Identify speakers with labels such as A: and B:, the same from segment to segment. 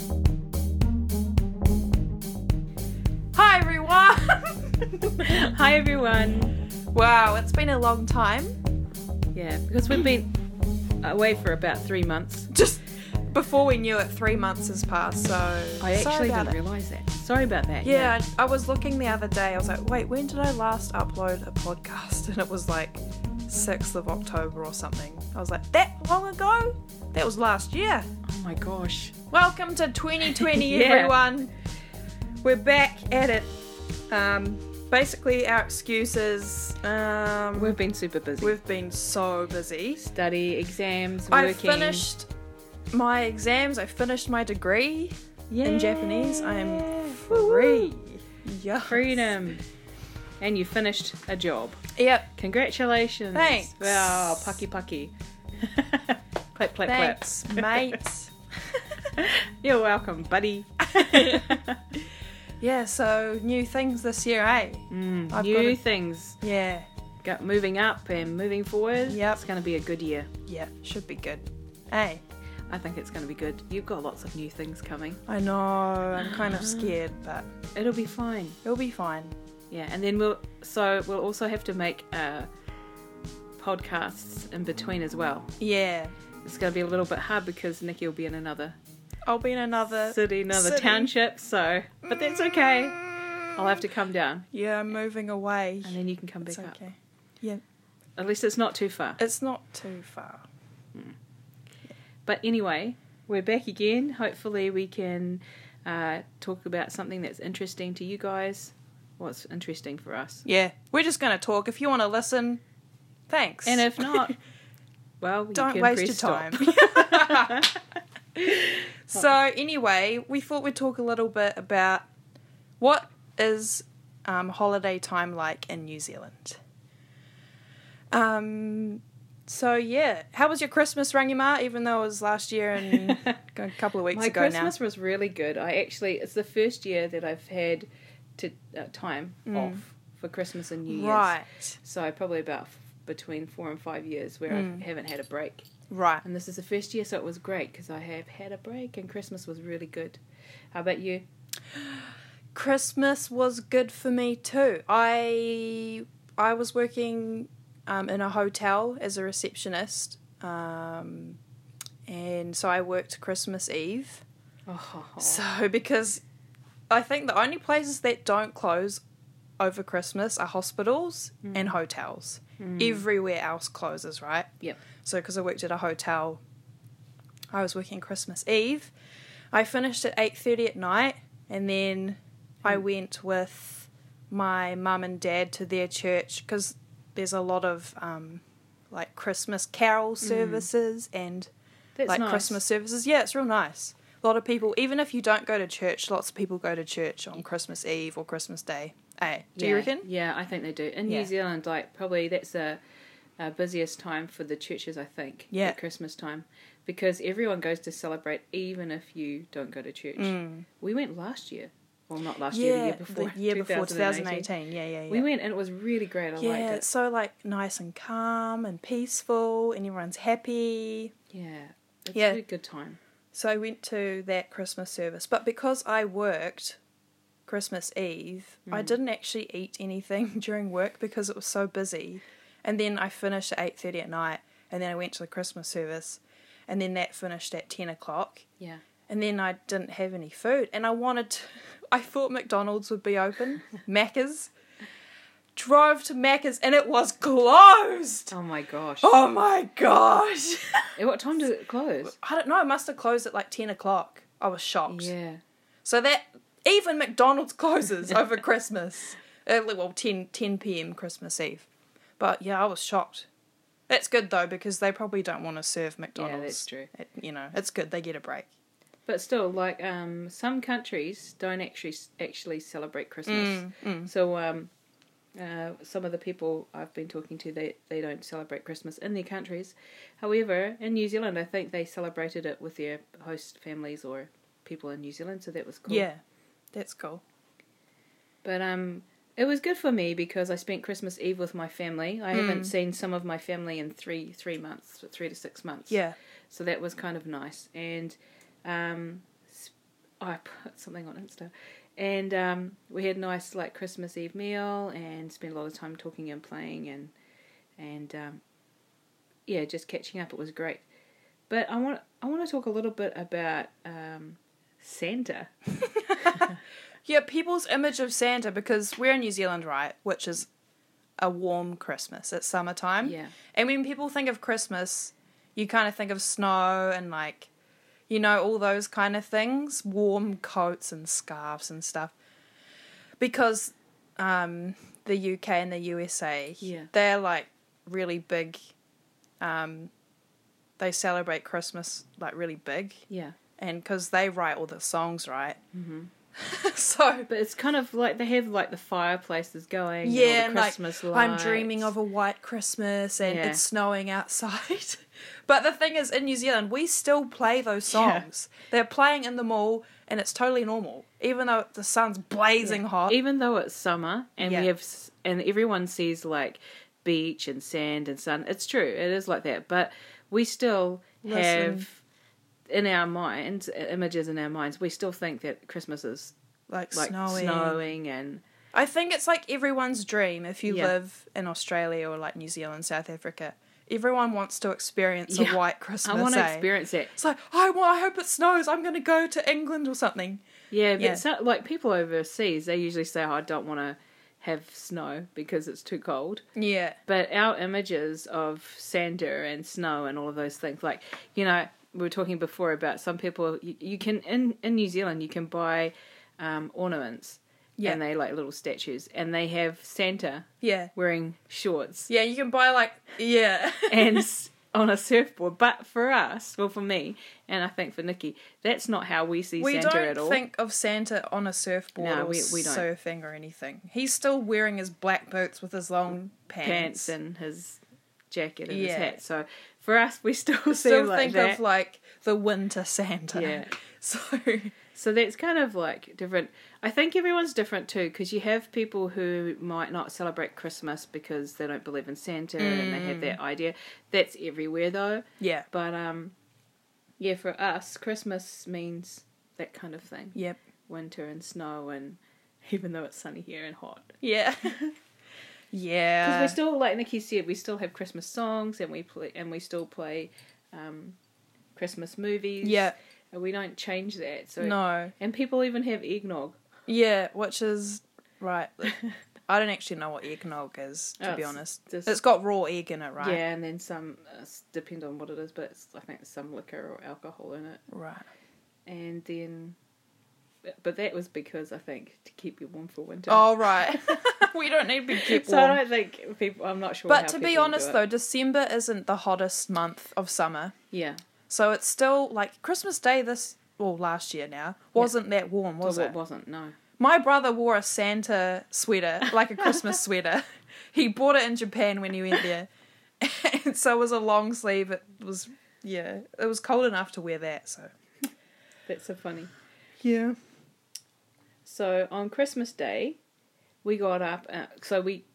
A: Hi everyone.
B: Wow, it's been a long time.
A: Yeah, because we've been away for about three months.
B: Just before we knew it, three months has passed. So
A: I
B: sorry
A: actually
B: about it.
A: didn't realise that. Sorry about that.
B: Yeah, I I was looking the other day. I was like, wait, when did I last upload a podcast? And it was like 6th of October or something. I was like, that long ago? That was last year.
A: Oh my gosh.
B: Welcome to 2020,
A: Yeah.
B: everyone. We're back at it. Um, basically, our excuses. Um,
A: We've been super busy.
B: we've been so busy.
A: study, exams,
B: I
A: working.
B: finished my exams. I finished my degree in Japanese. I'm free. Yeah.
A: Freedom. And you finished a job.
B: Yep.
A: Congratulations.
B: Thanks.
A: Wow, pucky pucky. clap, clap,
B: Thanks,
A: clap.
B: mate.
A: You're welcome, buddy.
B: Yeah. So new things this year, eh?
A: Mm,
B: I've
A: new
B: got a-
A: things.
B: Yeah.
A: Got moving up and moving forward.
B: Yep.
A: It's going to be a good year.
B: Yeah. Should be good. Eh?
A: I think it's going to be good. You've got lots of new things coming.
B: I know. I'm kind of scared, but
A: It'll be fine.
B: it'll be fine.
A: Yeah, and then we'll so we'll also have to make uh, podcasts in between as well.
B: Yeah.
A: It's going to be a little bit hard because Nikki will be in another
B: I'll be in another.
A: city, another
B: City.
A: township. So, but that's okay. I'll have to come down,
B: Yeah, I'm moving away.
A: and then you can come back
B: Mm. It's
A: up.
B: okay. Yeah.
A: At least it's not too far.
B: It's not too far.
A: But anyway, we're back again. Hopefully, we can uh, talk about something that's interesting to you guys. What's interesting for us,
B: Yeah. We're just gonna talk. If you want to listen, thanks.
A: and if not, well, you
B: Don't
A: can
B: waste your
A: press stop.
B: time. so anyway, we thought we'd talk a little bit about what is um, holiday time like in New Zealand. Um. So yeah, how was your Christmas, Rangima? Even though it was last year and a couple of weeks
A: My
B: ago
A: Christmas was really good. I actually, it's the first year that I've had to uh, time off for Christmas and New
B: now.
A: Year's.
B: Mm. Right.
A: So probably about f- between four and five years where
B: Mm.
A: I haven't had a break.
B: Right.
A: And this is the first year, so it was great because I have had a break and Christmas was really good. How about you?
B: Christmas was good for me too. I I was working um, in a hotel as a receptionist, um, and so I worked Christmas Eve.
A: Oh,
B: So because I think the only places that don't close over Christmas are hospitals and hotels.
A: hmm,
B: Everywhere else closes, right?
A: Mm. Yep.
B: So because I worked at a hotel, I was working Christmas Eve. I finished at eight thirty at night, and then I
A: Mm.
B: went with my mum and dad to their church because there's a lot of um, like Christmas carol services and
A: that's
B: like
A: Mm. nice.
B: Christmas services. Yeah, it's real nice. A lot of people, even if you don't go to church, lots of people go to church on Christmas Eve or Christmas Day. Hey, do you
A: Yeah,
B: reckon?
A: Yeah, I think they do. In
B: Yeah.
A: New Zealand, like probably that's the uh, busiest time for the churches, I think.
B: Yeah.
A: At Christmas time. Because everyone goes to celebrate even if you don't go to church. We went last year. Well, not last year, the year before.
B: Mm. the year before
A: 2018.
B: 2018. Yeah, yeah, yeah.
A: We went and it was really great. I liked
B: yeah,
A: it.
B: it's so like nice and calm and peaceful, and everyone's happy.
A: Yeah. It's
B: Yeah.
A: a really good time.
B: So I went to that Christmas service, but because I worked Christmas Eve,
A: Mm.
B: I didn't actually eat anything during work because it was so busy. And then I finished at eight thirty at night, and then I went to the Christmas service, and then that finished at ten o'clock.
A: Yeah.
B: And then I didn't have any food, and I wanted. To, I thought McDonald's would be open, Macca's. Drove to Macca's and it was closed.
A: Oh my gosh.
B: Oh my gosh!
A: At what time did it close?
B: I don't know. It must have closed at like ten o'clock. I was shocked.
A: Yeah.
B: So that even McDonald's closes over Christmas. Early, well, 10, 10 p.m. Christmas Eve. But yeah, I was shocked. That's good though because they probably don't want to serve McDonald's.
A: that's true.
B: It, you know, it's good they get a break.
A: But still, like um, some countries don't actually actually celebrate Christmas.
B: Mm,
A: So um, uh, some of the people I've been talking to, they they don't celebrate Christmas in their countries. However, in New Zealand, I think they celebrated it with their host families or people in New Zealand. So that was cool.
B: Yeah, that's cool.
A: But um, it was good for me because I spent Christmas Eve with my family. I haven't seen some of my family in three three months, three to six months.
B: Yeah,
A: So that was kind of nice. And um, sp- I put something on Insta. And um, we had a nice like Christmas Eve meal and spent a lot of time talking and playing and and um, yeah, just catching up. It was great. But I want I want to talk a little bit about um, Santa.
B: Yeah, people's image of Santa because we're in New Zealand, right? Which is a warm Christmas. It's summertime.
A: Yeah.
B: And when people think of Christmas, you kind of think of snow and like, you know, all those kind of things, warm coats and scarves and stuff. Because um, the UK and the USA,
A: Yeah.
B: they're like really big. Um, they celebrate Christmas like really big,
A: Yeah.
B: and because they write all the songs, right? Mm-hmm. so
A: But it's kind of like they have like the fireplaces going. and all
B: yeah,
A: the
B: and
A: Christmas
B: like I'm
A: lights.
B: dreaming of a white Christmas and
A: Yeah.
B: it's snowing outside. but the thing is, in New Zealand, we still play those
A: Yeah.
B: songs. They're playing in the mall, and it's totally normal, even though the sun's blazing hot.
A: even though it's summer and
B: Yeah.
A: we have s- and everyone sees like beach and sand and sun it's true it is like that but we still have in our minds i- images in our minds we still think that christmas is
B: like,
A: like
B: snowing.
A: snowing, and
B: I think it's like everyone's dream if you
A: Yeah.
B: live in Australia or like New Zealand, South Africa. Everyone wants to experience
A: Yeah.
B: a white Christmas.
A: i want to
B: eh?
A: experience that
B: It's like I want. I hope it snows. I'm going to go to England or something.
A: yeah but
B: Yeah.
A: so- like people overseas they usually say oh, i don't want to have snow because it's too cold
B: Yeah.
A: But our images of sander and snow and all of those things, like you know, we were talking before about some people. You, you can in in New Zealand, you can buy um, ornaments,
B: Yeah.
A: and they like little statues, and they have Santa
B: Yeah.
A: wearing shorts
B: Yeah, you can buy like yeah.
A: and s- on a surfboard. But for us, well, for me, and I think for Nikki, that's not how we see
B: we
A: Santa
B: don't
A: at all.
B: think of Santa on a surfboard
A: No,
B: or
A: we- we don't.
B: surfing or anything. He's still wearing his black boots with his long pants.
A: Pants and his jacket and his
B: Yeah.
A: hat. So for us, we still,
B: still
A: see like
B: think
A: that.
B: of like the winter Santa.
A: Yeah.
B: So
A: So that's kind of like different. I think everyone's different too, because you have people who might not celebrate Christmas because they don't believe in Santa and they have
B: Mm.
A: that idea. That's everywhere though.
B: yeah.
A: But um, yeah, for us, Christmas means that kind of thing:
B: Yep.
A: winter and snow, and even though it's sunny here and hot.
B: Yeah.
A: Because
B: yeah.
A: we still, like Nikki said, we still have Christmas songs, and we play, and we still play um, Christmas movies.
B: Yeah.
A: and we don't change that. So
B: No.
A: and people even have eggnog.
B: Yeah, which is right. I don't actually know what eggnog is, to
A: Oh,
B: be
A: it's
B: honest.
A: just-
B: it's got raw egg in it, right?
A: Yeah, and then some uh, s- depend on what it is, but it's, I think some liquor or alcohol in it.
B: Right.
A: And then, uh, but- but that was because I think to keep you warm for winter.
B: Oh right. we don't need to be kept
A: so
B: warm.
A: I don't think people. I'm not sure.
B: But
A: how
B: to
A: people
B: be
A: do
B: honest,
A: it.
B: though, December isn't the hottest month of summer.
A: yeah,
B: So it's still like Christmas Day this, well, last year now, wasn't that warm, was
A: well,
B: it?
A: it wasn't. No,
B: My brother wore a Santa sweater, like a Christmas sweater. He bought it in Japan when he went there. And so it was a long sleeve. It was, yeah, it was cold enough to wear that, so.
A: that's so funny.
B: Yeah.
A: So on Christmas Day, we got up. Uh, so we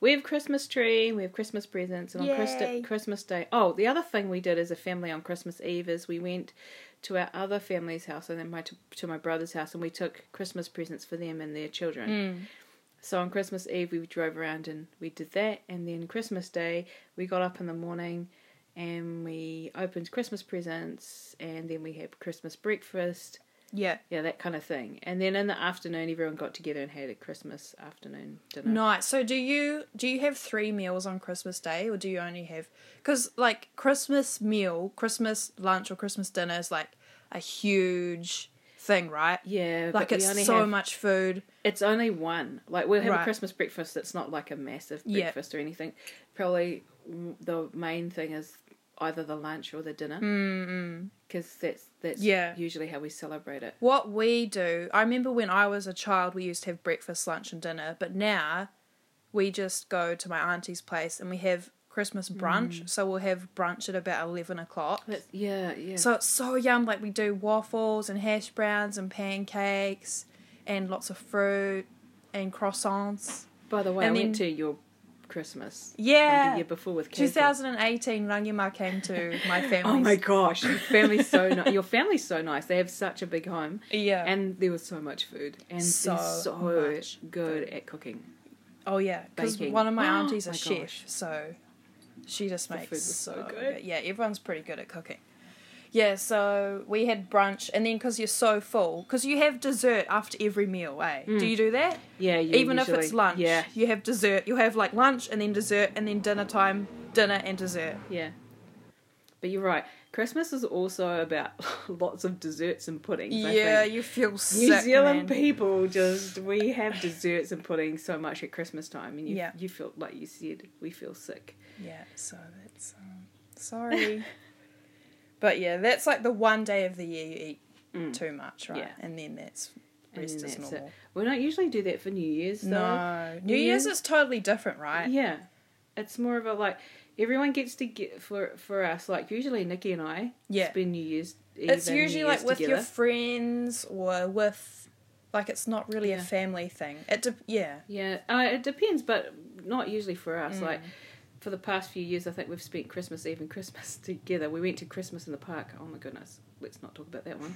A: we have Christmas tree, we have Christmas presents, and on
B: Yay.
A: Christ- Christmas Day. Oh, the other thing we did as a family on Christmas Eve is we went to our other family's house and then my t- to my brother's house, and we took Christmas presents for them and their children.
B: Mm.
A: So on Christmas Eve we drove around and we did that, and then Christmas Day we got up in the morning and we opened Christmas presents, and then we had Christmas breakfast,
B: Yeah.
A: yeah, that kind of thing. And then in the afternoon, everyone got together and had a Christmas afternoon dinner.
B: Nice. So do you do you have three meals on Christmas Day, or do you only have? Because like Christmas meal, Christmas lunch, or Christmas dinner is like a huge thing, right?
A: Yeah,
B: Like
A: but we
B: it's
A: only
B: so
A: have,
B: much food.
A: It's only one. Like we'll have
B: Right.
A: a Christmas breakfast. It's not like a massive
B: Yeah.
A: breakfast or anything. Probably mm, the main thing is either the lunch or the dinner. Because that's that's
B: Yeah.
A: usually how we celebrate it.
B: What we do, I remember when I was a child, we used to have breakfast, lunch, and dinner, but now we just go to my auntie's place and we have Christmas brunch. So we'll have brunch at about eleven o'clock.
A: Mm. That's, yeah, yeah.
B: So it's so yum. Like we do waffles and hash browns and pancakes and lots of fruit and croissants.
A: By the way,
B: and
A: I
B: then-
A: went to your Christmas. Like the
B: Yeah.
A: year before with candle.
B: 2018, Rangima came to my
A: Oh my
B: family's.
A: gosh, your family's so nice. Your family's so nice. They have such a big home,
B: yeah.
A: and there was so much food, and
B: So
A: so so
B: much
A: good
B: food.
A: at cooking.
B: Oh yeah, because
A: Baking. Oh
B: one of my aunties
A: My
B: is a
A: gosh.
B: chef, so she just
A: The
B: makes
A: food was so good.
B: Yeah, everyone's pretty good at cooking. Yeah, so we had brunch, and then because you're so full, because you have dessert after every meal, eh?
A: Mm.
B: Do you do that?
A: Yeah, you
B: Even if it's
A: usually-
B: lunch,
A: Yeah,
B: you have dessert. You have like lunch, and then dessert, and then dinner time, dinner and dessert.
A: yeah. But you're right. Christmas is also about lots of desserts and puddings. I
B: yeah,
A: think.
B: you feel sick.
A: New Zealand
B: man.
A: people just we have desserts and pudding so much at Christmas time, and you
B: Yeah.
A: you feel like you said we feel sick.
B: Yeah, so that's um, sorry. but yeah, that's like the one day of the year you eat
A: Mm.
B: too much, right?
A: Yeah.
B: And then that's
A: And
B: rest
A: then
B: is
A: that's it.
B: normal.
A: We don't usually do that for New Year's though.
B: No, New Year's is totally different, right?
A: Yeah, it's more of a like everyone gets to get for for us. Like usually Nikki and I
B: Yeah.
A: spend New Year's. Eve
B: It's
A: and New
B: usually
A: Year's
B: like with your
A: together.
B: friends or with, like, it's not really a
A: Yeah.
B: family thing. It de- yeah,
A: Yeah, uh, it depends, but not usually for us.
B: Mm.
A: Like for the past few years, I think we've spent Christmas Eve and Christmas together. We went to Christmas in the park. Oh my goodness, let's not talk about that one.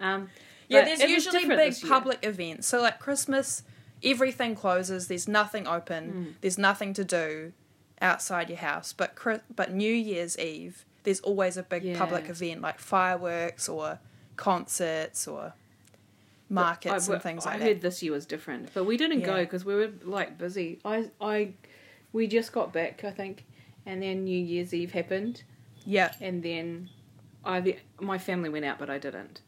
A: um,
B: yeah.
A: but
B: There's
A: it was
B: usually
A: different
B: big
A: this year.
B: public events. So like Christmas, everything closes. There's nothing open.
A: Mm.
B: There's nothing to do outside your house. But Chri- but New Year's Eve, there's always a big public
A: Yeah.
B: event like fireworks or concerts or
A: But
B: markets
A: I,
B: and things
A: I
B: like
A: heard
B: that.
A: this year was different, but we didn't 'cause go
B: Yeah.
A: because we were like busy. I I we just got back, I think, and then New Year's Eve happened,
B: Yeah,
A: and then I my family went out, but I didn't.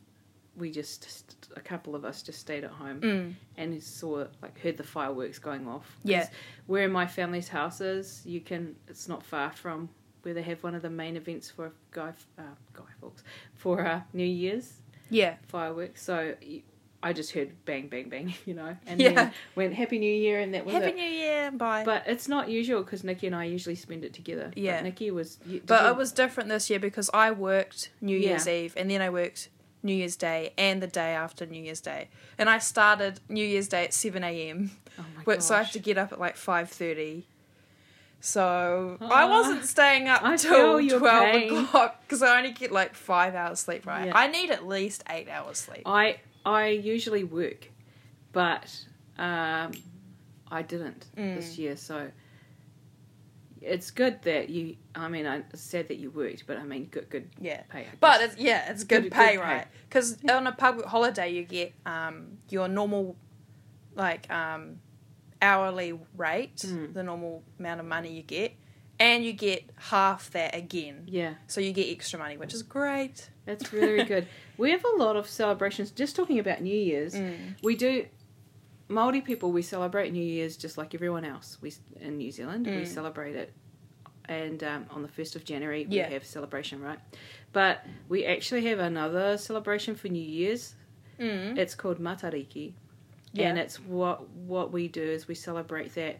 A: We just a couple of us just stayed at home
B: Mm.
A: and saw like heard the fireworks going off. 'Cause
B: Yeah.
A: where my family's house is, you can it's not far from where they have one of the main events for Guy uh, Guy Fawkes for uh, New Year's
B: yeah.
A: fireworks. So y- I just heard bang, bang, bang, you know, and
B: Yeah.
A: then went Happy New Year, and that was
B: Happy
A: it.
B: New Year, bye.
A: But it's not usual because Nikki and I usually spend it together.
B: Yeah.
A: but Nikki was. You, did
B: But
A: you-
B: it was different this year because I worked New
A: Yeah.
B: Year's Eve and then I worked New Year's Day and the day after New Year's Day. And I started New Year's Day at seven AM.
A: Oh my
B: which- So I have
A: gosh.
B: to get up at like five thirty. So I wasn't staying up
A: I
B: till
A: feel your
B: twelve
A: pain.
B: o'clock because I only get like five hours sleep. Right,
A: Yeah. Oh,
B: I need at least eight hours sleep.
A: I I usually work, but um, I didn't
B: Mm,
A: this year. So it's good that you. I mean, I it's sad that you worked, but I mean, good good
B: Yeah,
A: pay. I
B: But
A: guess.
B: it's, yeah, it's good,
A: Good- good
B: pay,
A: pay.
B: right? Because on a public holiday, you get um, your normal, like um, hourly rate,
A: Mm.
B: the normal amount of money you get, and you get half that again.
A: yeah,
B: So you get extra money, which is great.
A: that's very good. We have a lot of celebrations. Just talking about New Year's,
B: Mm.
A: we do. Maori people, we celebrate New Year's just like everyone else. We in New Zealand, we
B: Mm.
A: celebrate it, and um, on the first of January
B: Yeah.
A: we have celebration, right? But we actually have another celebration for New Year's.
B: Mm.
A: It's called Matariki,
B: Yeah.
A: and it's what what we do is we celebrate that,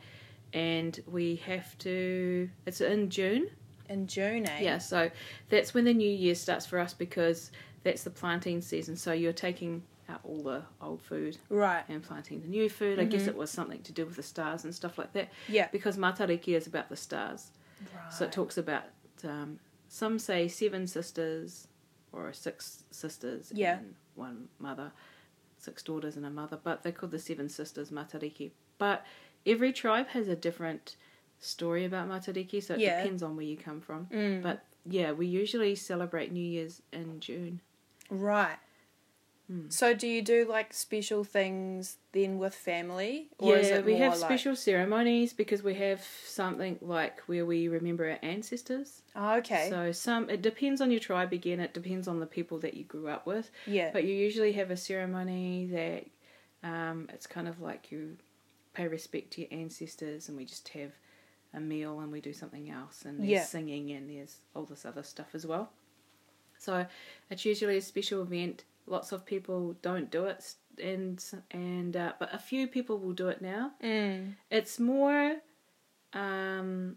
A: and we have to. It's in June,
B: In June, eh?
A: yeah, so that's when the new year starts for us because that's the planting season. So you're taking out all the old food
B: Right.
A: and planting the new food. I guess it was something to do with the stars and stuff like that
B: Yeah.
A: because Matariki is about the stars. So it talks about um, some say seven sisters or six sisters
B: Yeah.
A: and one mother, six daughters and a mother, but they're called the seven sisters Matariki. But every tribe has a different story about Matariki, so it
B: Yeah.
A: depends on where you come from.
B: Mm.
A: But yeah, we usually celebrate New Year's in June.
B: Right.
A: Mm.
B: So do you do like special things then with family, or is it
A: we
B: more
A: have
B: like-
A: special ceremonies because we have something like where we remember our ancestors.
B: Oh, okay.
A: So some it depends on your tribe again, it depends on the people that you grew up with.
B: yeah.
A: But you usually have a ceremony that um, it's kind of like you pay respect to your ancestors, and we just have a meal and we do something else, and there's
B: Yeah.
A: singing and there's all this other stuff as well. So it's usually a special event. Lots of people don't do it, s- and and uh, but a few people will do it now.
B: Mm.
A: It's more um,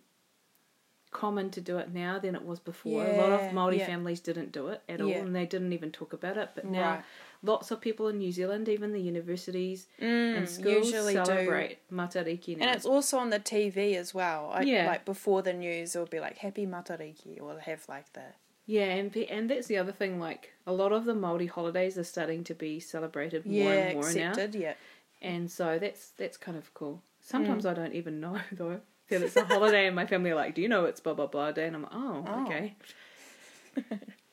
A: common to do it now than it was before. A lot
B: Yeah,
A: of Maori
B: yeah.
A: families didn't do it at all,
B: Yeah.
A: and they didn't even talk about it. But now,
B: Right.
A: lots of people in New Zealand, even the universities and
B: Mm,
A: schools,
B: usually do.
A: celebrate Matariki now.
B: And it's also on the TV as well. I,
A: Yeah.
B: Like before the news, it'll be like Happy Matariki, or have like the
A: yeah, and pe- and that's the other thing. Like a lot of the Maori holidays are starting to be celebrated more
B: yeah
A: and more now,
B: accepted. Yeah,
A: and so that's that's kind of cool.
B: Mm.
A: Sometimes I don't even know though that it's a holiday, and my family are like, "Do you know it's blah blah blah day?" And I'm like, "Oh,
B: Oh.
A: okay."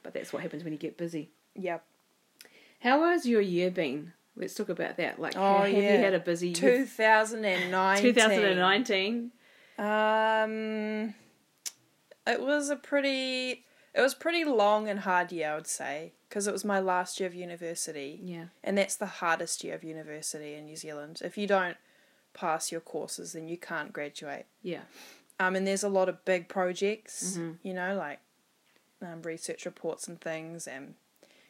A: but that's what happens when you get busy.
B: yep.
A: How has your year been? Let's talk about that. Like,
B: Oh,
A: ha- have
B: yeah.
A: you had a busy year?
B: Two thousand and nine.
A: 2019.
B: Um, it was a pretty. It was pretty long and hard year, I would say, because it was my last year of university,
A: Yeah.
B: and that's the hardest year of university in New Zealand. If you don't pass your courses, then you can't graduate.
A: Yeah.
B: Um, and there's a lot of big projects, you know, like um, research reports and things, and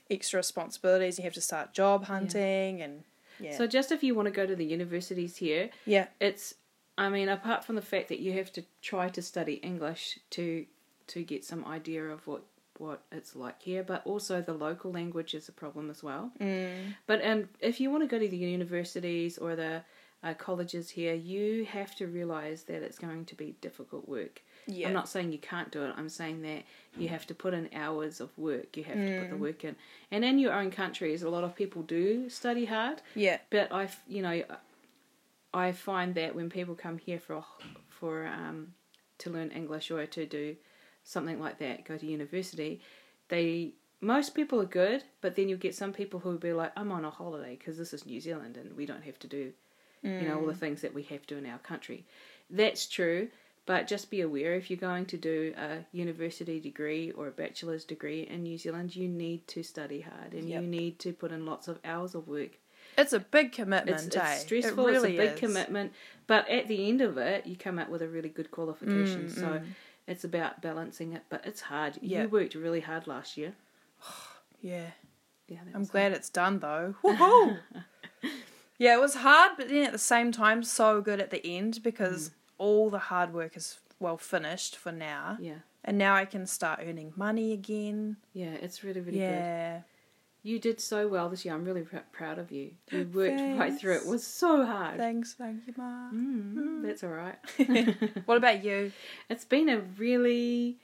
B: extra responsibilities. You have to start job hunting, and yeah,
A: So, just if you want to go to the universities here,
B: yeah,
A: it's, I mean, apart from the fact that you have to try to study English to to get some idea of what what it's like here, but also the local language is a problem as well.
B: mm,
A: But um, if you want to go to the universities or the uh, colleges here, you have to realize that it's going to be difficult work.
B: yeah,
A: I'm not saying you can't do it. I'm saying that you have to put in hours of work. You have to put
B: Mm.
A: the work in. And in your own countries, a lot of people do study hard.
B: yeah,
A: But I, f- you know, I find that when people come here for a h- for um, to learn English or to do something like that, go to university, they most people are good. But then you get some people who will be like, I'm on a holiday because this is New Zealand and we don't have to do you know all the things that we have to in our country that's true but just be aware if you're going to do a university degree or a bachelor's degree in new zealand you need to study hard and
B: Yep.
A: you need to put in lots of hours of work
B: It's a big commitment.
A: it's,
B: eh?
A: it's stressful
B: It really
A: it's a big
B: is.
A: commitment but at the end of it you come out with a really good qualification so it's about balancing it but it's hard
B: Mm, Yeah.
A: you worked really hard last year
B: Yeah,
A: yeah that
B: I'm
A: was-
B: glad it's done though. Woohoo! yeah, it was hard, but then at the same time, so good at the end because
A: Mm.
B: all the hard work is well finished for now,
A: yeah
B: and now I can start earning money again.
A: yeah it's really really good
B: yeah,
A: You did so well this year. I'm really pr- proud of you. You worked right through it.
B: Thanks.
A: It was so hard.
B: thanks, thank you, Ma.
A: Mm, That's all right.
B: What about you?
A: it's been a really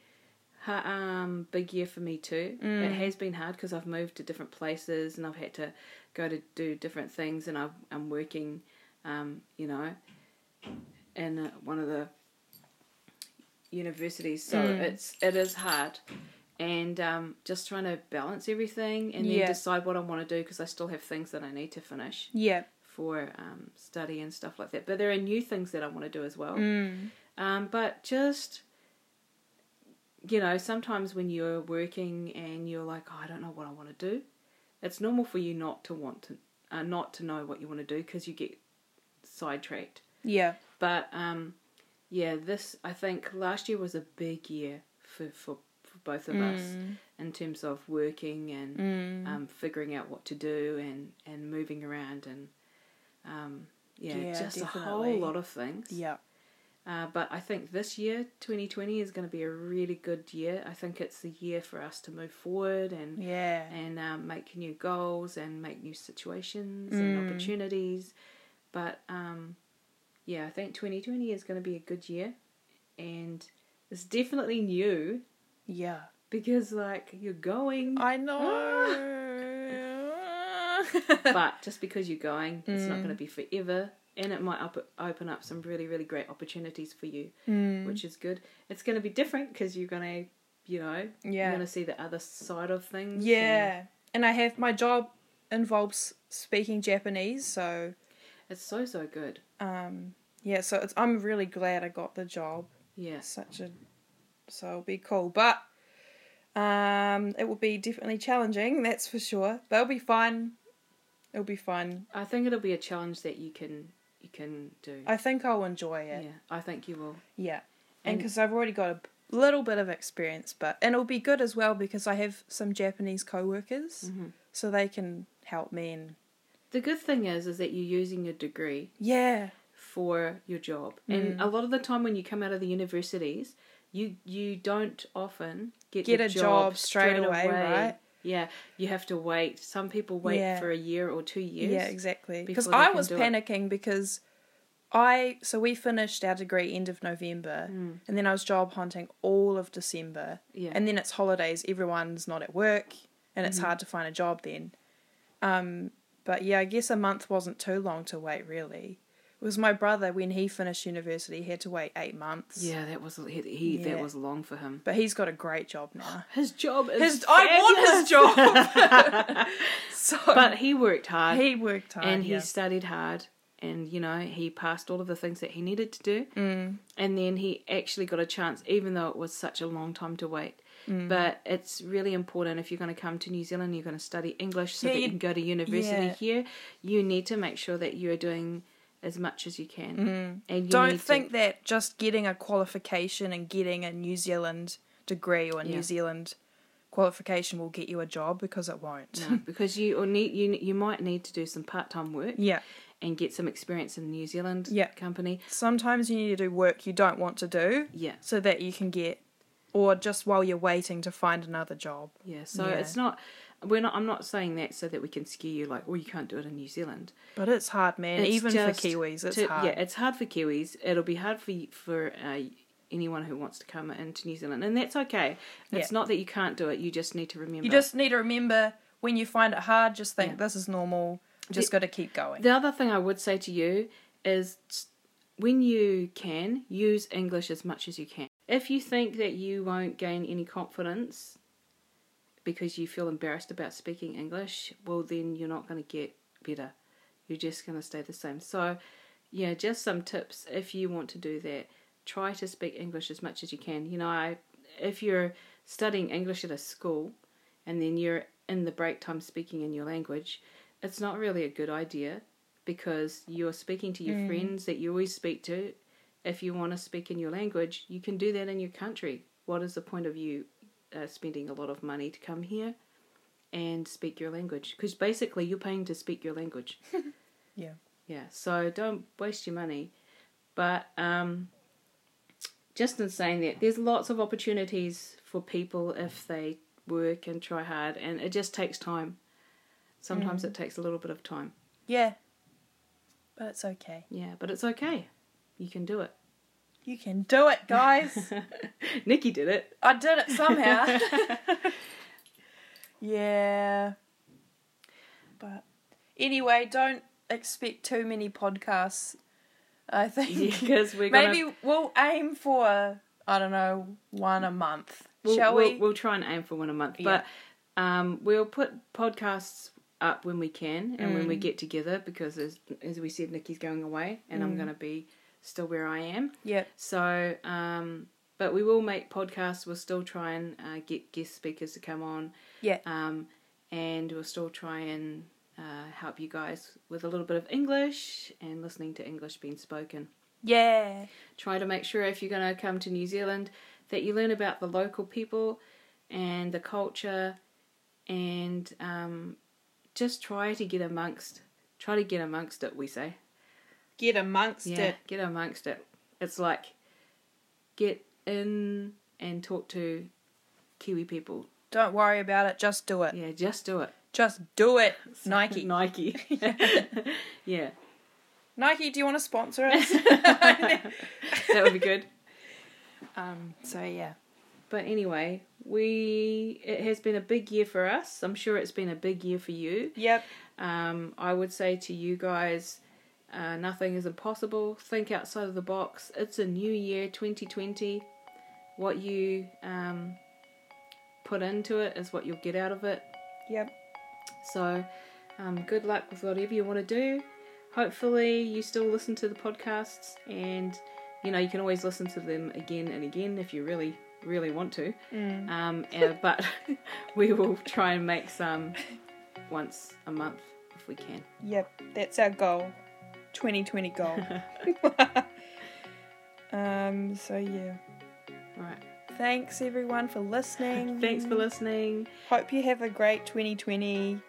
A: ha- um, big year for me too. It has been hard because I've moved to different places and I've had to go to do different things and I've, I'm working, um, you know, in uh, one of the universities. So it's it is hard. And um, just trying to balance everything and then
B: Yeah.
A: decide what I want to do because I still have things that I need to finish
B: Yeah,
A: for um, study and stuff like that. But there are new things that I want to do as well.
B: Mm.
A: Um, but just, you know, sometimes when you're working and you're like, oh, I don't know what I want to do, it's normal for you not to want to, uh, not to know what you want to do because you get sidetracked.
B: yeah,
A: But um, yeah, this I think last year was a big year for for, for both of
B: Mm.
A: us in terms of working and um, figuring out what to do and and moving around and um, yeah,
B: Yeah,
A: just a
B: definitely.
A: whole lot of things.
B: yeah,
A: Uh, but I think this year, 2020, is going to be a really good year. I think it's the year for us to move forward and
B: yeah.
A: and um, make new goals and make new situations
B: Mm.
A: and opportunities. But um, yeah, I think 2020 is going to be a good year, and it's definitely new
B: yeah.
A: because like you're going,
B: I know.
A: but just because you're going, it's not
B: Mm.
A: going to be forever. And it might up, open up some really, really great opportunities for you,
B: Mm.
A: which is good. It's going to be different because you're going to, you know,
B: Yeah.
A: you're going to see the other side of things. and
B: Yeah, and I have my job involves speaking Japanese, so
A: it's so, so good.
B: um, yeah, so it's I'm really glad I got the job.
A: Yeah.
B: It's such a so it'll be cool, but um, it will be definitely challenging, that's for sure. But it'll be fun. It'll be fun.
A: I think it'll be a challenge that you can you can do.
B: I think I'll enjoy
A: yeah.
B: it.
A: I think you will.
B: Yeah, and
A: And-
B: because I've already got a b- little bit of experience, but and it'll be good as well because I have some Japanese co-workers,
A: Mm-hmm.
B: so they can help me and
A: The good thing is, is that you're using your degree
B: yeah, Mm.
A: for your job, and a lot of the time when you come out of the universities, you you don't often get,
B: Get
A: the
B: a job straight away, right?
A: Yeah, you have to wait. Some people wait
B: Yeah.
A: for a year or two years.
B: Yeah, exactly. Because
A: before they
B: I
A: can
B: was
A: do it.
B: panicking because I so we finished our degree end of November and then I was job hunting all of December.
A: Mm. Yeah. Mm-hmm.
B: And then it's holidays, everyone's not at work and it's hard to find a job then. Um but yeah, I guess a month wasn't too long to wait really. It was my brother when he finished university, he had to wait 8 months.
A: Yeah, that was he. he
B: Yeah.
A: That was long for him.
B: But he's got a great job now.
A: His job is.
B: His, I want his
A: fabulous.
B: job. so
A: But he worked hard
B: he worked hard.
A: and he
B: yeah.
A: studied hard, and you know he passed all of the things that he needed to do. Mm. And then he actually got a chance, even though it was such a long time to wait.
B: Mm.
A: But it's really important if you're going to come to New Zealand, you're going to study English so
B: Yeah,
A: that you
B: you-
A: can go to university
B: yeah.
A: here. You need to make sure that you are doing as much as you can, mm. and you
B: don't
A: need to-
B: think that just getting a qualification and getting a New Zealand degree or a
A: Yeah.
B: New Zealand qualification will get you a job because it won't.
A: No, because you will need you you might need to do some part time work
B: Yeah.
A: and get some experience in the New Zealand
B: Yeah.
A: company.
B: Sometimes you need to do work you don't want to do
A: Yeah,
B: so that you can get or just while you're waiting to find another job.
A: yeah. So
B: Yeah.
A: it's not we're not. I'm not saying that so that we can skew you like, oh, you can't do it in New Zealand.
B: But it's hard, man.
A: It's
B: Even
A: just
B: for Kiwis, it's
A: to-
B: hard.
A: Yeah, it's hard for Kiwis. It'll be hard for y- for uh, anyone who wants to come into New Zealand, and that's okay. It's
B: Yeah.
A: not that you can't do it. You just need to remember.
B: you just need to remember when you find it hard, just think
A: Yeah.
B: this is normal. Just got to keep going.
A: The other thing I would say to you is s- when you can, use English as much as you can. If you think that you won't gain any confidence because you feel embarrassed about speaking English, well, then you're not going to get better. You're just going to stay the same. So, yeah, just some tips if you want to do that. Try to speak English as much as you can. You know, I, if you're studying English at a school and then you're in the break time speaking in your language, it's not really a good idea because you're speaking to your friends that you always speak to. If you want to speak in your language, you can do that in your country. What is the point of you uh, spending a lot of money to come here and speak your language? Because basically, you're paying to speak your language.
B: Yeah.
A: Yeah, so don't waste your money. But um, just in saying that, there's lots of opportunities for people if they work and try hard, and it just takes time. Sometimes it takes a little bit of time.
B: Yeah. But it's okay.
A: Yeah, but it's okay. You can do it.
B: You can do it, guys.
A: Nikki did it.
B: I did it somehow. yeah. But anyway, don't expect too many podcasts. I think
A: Because we're gonna
B: maybe we'll aim for I don't know one a month.
A: we'll,
B: shall
A: we'll,
B: we?
A: We'll try and aim for one a month,
B: Yeah.
A: but um, we'll put podcasts up when we can and
B: Mm.
A: when we get together because as as we said, Nikki's going away and
B: Mm.
A: I'm going to be still where I am.
B: yeah.
A: So, um, but we will make podcasts. We'll still try and uh, get guest speakers to come on.
B: Yeah.
A: Um, and we'll still try and uh, help you guys with a little bit of English and listening to English being spoken.
B: Yeah.
A: Try to make sure if you're going to come to New Zealand that you learn about the local people and the culture and um, just try to get amongst. Try to get amongst it, we say.
B: Get amongst
A: Yeah, get amongst it. It's like get in and talk to Kiwi people.
B: Don't worry about it. Just do it.
A: Yeah, just do it.
B: Just do it. Nike.
A: Nike. yeah,
B: Nike, do you want to sponsor us?
A: that would be good.
B: um. So yeah.
A: But anyway, we it has been a big year for us. I'm sure it's been a big year for you.
B: Yep.
A: Um, I would say to you guys, uh, nothing is impossible. Think outside of the box. It's a new year, 2020. What you um, put into it is what you'll get out of it.
B: Yep.
A: So, um, good luck with whatever you want to do. Hopefully, you still listen to the podcasts, and you know you can always listen to them again and again if you really, really want to. Um, uh, but we will try and make some once a month if we can.
B: Yep, that's our goal. 2020 goal. um, so yeah.
A: All right.
B: Thanks everyone for listening.
A: Thanks for listening.
B: Hope you have a great 2020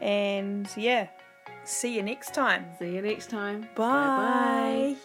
B: and yeah. See you next time.
A: See you next time.
B: Bye.